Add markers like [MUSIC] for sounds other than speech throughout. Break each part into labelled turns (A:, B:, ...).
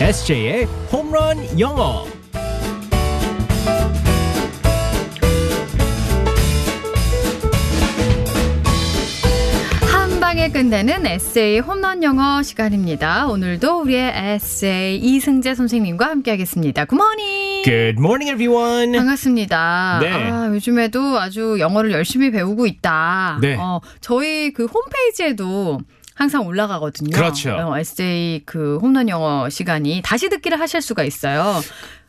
A: SJ의 홈런 영어.
B: 한 방에 끝내는 에세이 홈런 영어 시간입니다. 오늘도 우리의 에세이 이승재 선생님과 함께하겠습니다. 굿모닝.
A: Good morning, everyone.
B: 반갑습니다.
A: 네.
B: 아, 요즘에도 아주 영어를 열심히 배우고 있다.
A: 네.
B: 어, 저희 그 홈페이지에도 항상 올라가거든요.
A: 그렇죠.
B: 어, 에세이 그 홈런 영어 시간이 다시 듣기를 하실 수가 있어요.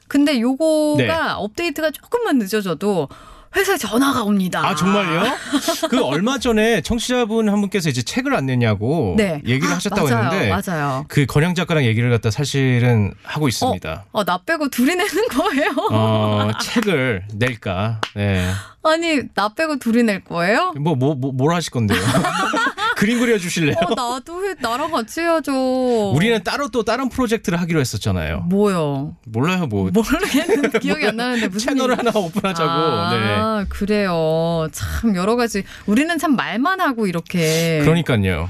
B: 근데 요거가
A: 네.
B: 업데이트가 조금만 늦어져도 회사에 전화가 옵니다.
A: 아 정말요?
B: [LAUGHS]
A: 그 얼마 전에 청취자분 한 분께서 이제 책을 안 냈냐고
B: 네.
A: 얘기를
B: 아,
A: 하셨다고
B: 맞아요,
A: 했는데
B: 맞아요.
A: 그 건영 작가랑 얘기를 갖다 사실은 하고 있습니다.
B: 어, 나 빼고 둘이 내는 거예요?
A: 어, 책을 낼까? 네.
B: 아니, 나 빼고 둘이 낼 거예요?
A: 뭐 뭐 뭐 뭘 하실 건데요? [LAUGHS] 그림 그려 주실래요?
B: 어, 나도 해, 나랑 같이 해야죠.
A: 우리는 따로 또 다른 프로젝트를 하기로 했었잖아요.
B: 뭐요?
A: 몰라요, 뭐 [LAUGHS]
B: 모르겠는데 기억이 안 나는데 무슨
A: 채널을
B: 일-
A: 하나 오픈하자고. 네.
B: 아, 그래요. 참 여러 가지 우리는 참 말만 하고 이렇게
A: 네. 그러니까요.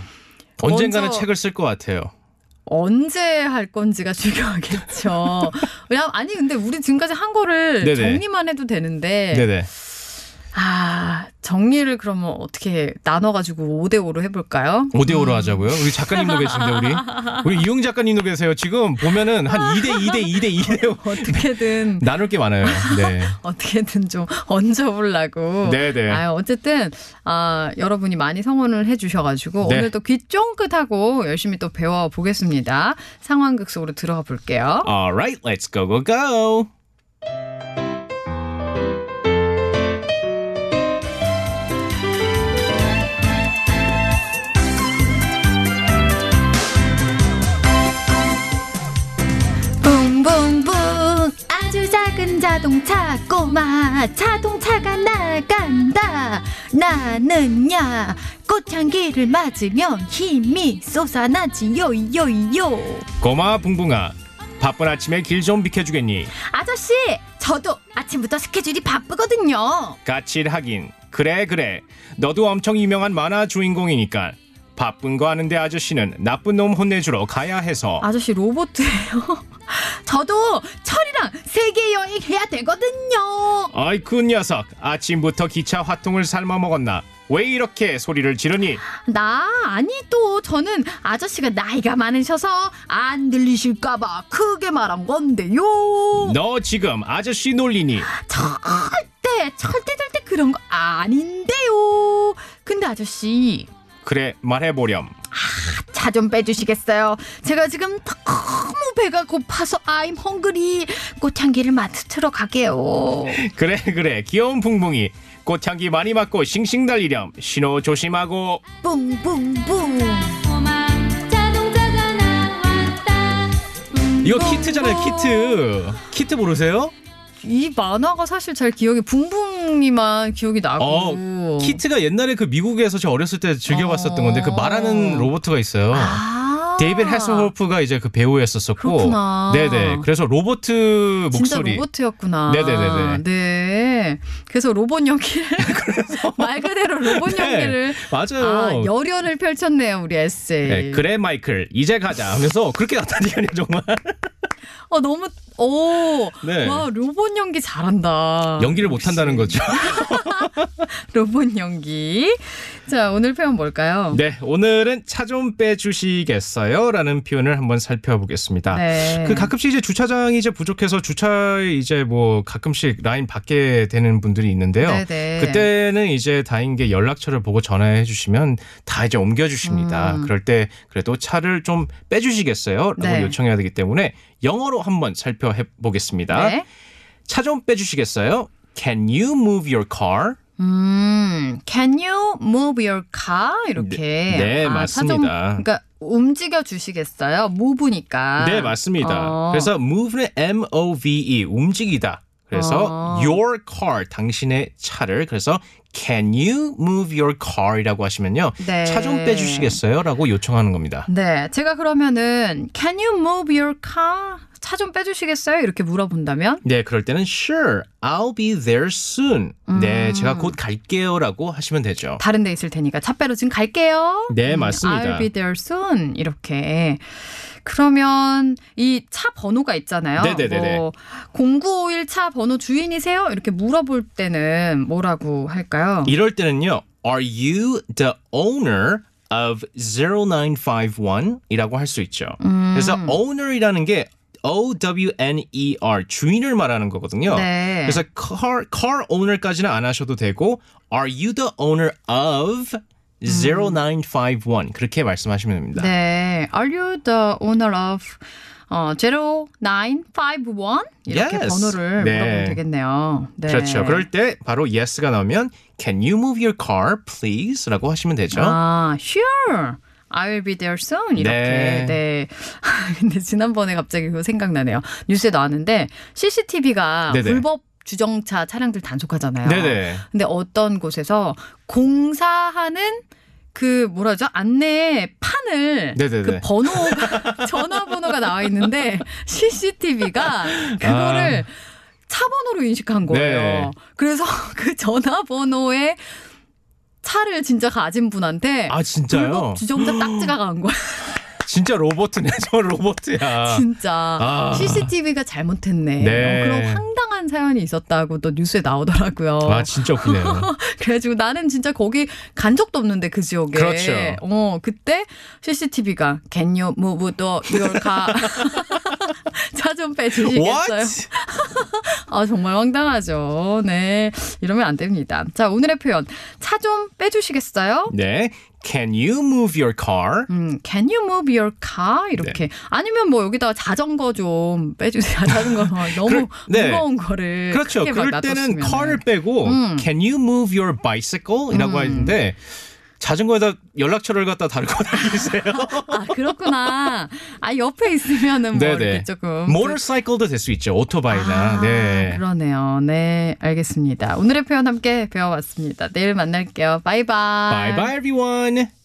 A: 언젠가는
B: 먼저-
A: 책을 쓸 것 같아요.
B: 언제 할 건지가 [LAUGHS] 중요하겠죠. 왜냐 아니 근데 우리 지금까지 한 거를
A: 네네.
B: 정리만 해도 되는데
A: 네네.
B: 아, 정리를 그러면 어떻게 나눠 가지고 5대 5로 해
A: [LAUGHS]
B: 볼까요?
A: 5대5로 하자고요? 우리 작가님도 계신데, 우리? 우리 이용 작가님도 계세요. 지금 보면은 한 2대2대2대2대 [LAUGHS]
B: 어떻게든
A: 나눌 게 많아요. 네.
B: 어떻게든 좀 얹어보려고.
A: 네네.
B: 아유, 어쨌든, 아, 여러분이 많이 성원을 해주셔가지고,
A: 네.
B: 오늘 또 귀 쫑긋하고 열심히 또 배워보겠습니다. 상황극 속으로 들어가 볼게요.
A: Alright, let's go, go, go.
C: 붕붕붕 아주 작은 자동차 꼬마 자동차가 나간다 나는야 꽃향기를 맞으며 힘이 솟아나지 요요요
A: 고마, 붕붕아. 바쁜 아침에 길 좀 비켜주겠니?
C: 아저씨 저도 아침부터 스케줄이 바쁘거든요
A: 같이 하긴. 그래, 그래. 너도 엄청 유명한 만화 주인공이니까. 바쁜 거 아는데 아저씨는 나쁜 놈 혼내주러 가야 해서.
B: 아저씨 로봇이에요.
C: [LAUGHS] 저도 철이랑 세계 여행 해야 되거든요
A: 아이 그 녀석 아침부터 기차 화통을 삶아 먹었나 왜 이렇게 소리를 지르니
C: 나 아니 또 저는 아저씨가 나이가 많으셔서 안 들리실까봐 크게 말한 건데요.
A: 너 지금 아저씨 놀리니
C: 절대 절대 절대 그런 거 아닌데요. 근데 아저씨
A: 그래 말해보렴
C: 차 좀 빼주시겠어요? 제가 지금 너무 배가 고파서 I'm hungry 꽃향기를 맡으러 가게요.
A: 그래 그래 귀여운 붕붕이 꽃향기 많이 맡고 싱싱 달리렴 신호 조심하고
C: 뿡뿡뿡.
A: 이거 키트잖아요 키트 키트 모르세요?
B: 이 만화가 사실 잘 기억이, 붕붕이만 기억이 나고.
A: 어, 키트가 옛날에 그 미국에서 저 어렸을 때 즐겨봤었던
B: 어.
A: 건데 그 말하는 로봇가 있어요
C: 아.
A: 데이빗 해서홀프가 이제 그 배우였었었고
B: 그렇구나.
A: 네네 그래서 로봇 목소리
B: 진짜 로봇이었구나.
A: 네네네네.
B: 네. 그래서 로봇 연기를. [LAUGHS] 말 그대로 로봇
A: 네,
B: 연기를.
A: 맞아요
B: 아, 열연을 펼쳤네요, 우리 에세이.
A: 네, 그래 마이클 이제 가자 하면서 그렇게 나타나니까요 정말
B: 어, 너무, 오.
A: 네.
B: 와, 로봇 연기 잘한다.
A: 연기를 못한다는 거죠
B: [LAUGHS] 로봇 연기. 자, 오늘 표현 뭘까요?
A: 네 오늘은 차 좀 빼주시겠어요 라는 표현을 한번 살펴보겠습니다
B: 네.
A: 그 가끔씩 이제 주차장이 이제 부족해서 주차 이제 뭐 가끔씩 라인 받게 되는 분들이 있는데요
B: 네네.
A: 그때는 이제 다행인 게 연락처를 보고 전화해 주시면 다 이제 옮겨 주십니다 그럴 때 그래도 차를 좀 빼주시겠어요 라고
B: 음. 네.
A: 요청해야 되기 때문에 영어로 한번 살펴보겠습니다
B: 네.
A: 차 좀 빼주시겠어요? Can you move your car?
B: 음, can you move your car? 이렇게.
A: 네, 네,
B: 아, 차 좀-
A: 맞습니다.
B: 그러니까 움직여 주시겠어요? move니까.
A: 네, 맞습니다.
B: 아, 어.
A: 그래서 move는 M-O-V-E, E, 움직이다. 그래서
B: 어.
A: your car, 당신의 차를. 그래서 can you move your car? 이라고 하시면요.
B: 네.
A: 차 좀 빼주시겠어요? 라고 요청하는 겁니다.
B: 네, 제가 그러면은 can you move your car? 차 좀 빼주시겠어요? 이렇게 물어본다면
A: 네, 그럴 때는 sure, I'll be there soon.
B: 음.
A: 네, 제가 곧 갈게요. 라고 하시면 되죠.
B: 다른 데 있을 테니까 차 빼러 지금 갈게요.
A: 네,
B: 음,
A: 맞습니다.
B: I'll be there soon 이렇게. 그러면 이 차 번호가 있잖아요.
A: 네네네네.
B: 뭐, 0951 차 번호 주인이세요? 이렇게 물어볼 때는 뭐라고 할까요?
A: 이럴 때는요. Are you the owner of 0951? 이라고 할 수 있죠.
B: 음.
A: 그래서 owner이라는 게 O-W-N-E-R E 주인을 말하는 거거든요.
B: 네.
A: 예. 그래서 car, car owner까지는 안 하셔도 되고 Are you the owner of 0951? 그렇게 말씀하시면 됩니다.
B: 네. Are you the owner of 어, 0951? 이렇게
A: Yes.
B: 번호를
A: 네.
B: 물어보면 되겠네요. 네.
A: 그렇죠. 그럴 때 바로 yes가 나오면 Can you move your car, please? 라고 하시면 되죠.
B: 아, sure. I'll be there soon. 이렇게.
A: 네.
B: 네. [LAUGHS] 근데 지난번에 갑자기 그거 생각나네요. 뉴스에 나왔는데 CCTV가
A: 네네.
B: 불법 주정차 차량들 단속하잖아요.
A: 네네.
B: 근데 어떤 곳에서 공사하는 그 뭐라 하죠? 안내 판을
A: 네네네.
B: 그
A: [LAUGHS]
B: 번호가 전화번호가 나와 있는데 CCTV가 그거를 차번호로 인식한 거예요.
A: 아. 네.
B: 그래서 [LAUGHS] 그 전화번호에 차를 진짜 가진 분한테
A: 아 진짜요?
B: 불법 주정차 딱지가 간 거야.
A: 진짜 로봇이네. [LAUGHS] 저 로봇이야.
B: 진짜
A: 아.
B: CCTV가 잘못했네.
A: 네.
B: 어, 그런 황당한 사연이 있었다고 또 뉴스에 나오더라고요.
A: 아 진짜
B: [LAUGHS]
A: 웃기네요.
B: 그래가지고 나는 진짜 거기 간 적도 없는데 그 지역에.
A: 그렇죠.
B: 어 그때 CCTV가 Can you move the your car? [LAUGHS] 차좀 빼주시겠어요?
A: What?
B: 아 정말 황당하죠. 네 이러면 안 됩니다. 자 오늘의 표현 차 좀 빼주시겠어요?
A: 네. Can you move your car?
B: 음, can you move your car?
A: 네.
B: 이렇게. 아니면 뭐 여기다가 자전거 좀 빼주세요. [LAUGHS] 자전거 어, 너무
A: 그럴- 네.
B: 무거운 거를.
A: 그렇죠.
B: 크게 막
A: 그럴 때는
B: 놔뒀으면은. 음.
A: car을 빼고 Can you move your bicycle?이라고 하는데 자전거에다 연락처를 갖다 달고 [LAUGHS] 다니세요.
B: 아 그렇구나. 아 옆에 있으면은
A: 네,
B: 뭐 이렇게 조금
A: 모터사이클도 될 수 있죠. 오토바이나.
B: 아,
A: 네.
B: 그러네요. 네, 알겠습니다. 오늘의 표현 함께 배워봤습니다. 내일 만날게요. 바이바이.
A: Bye bye everyone.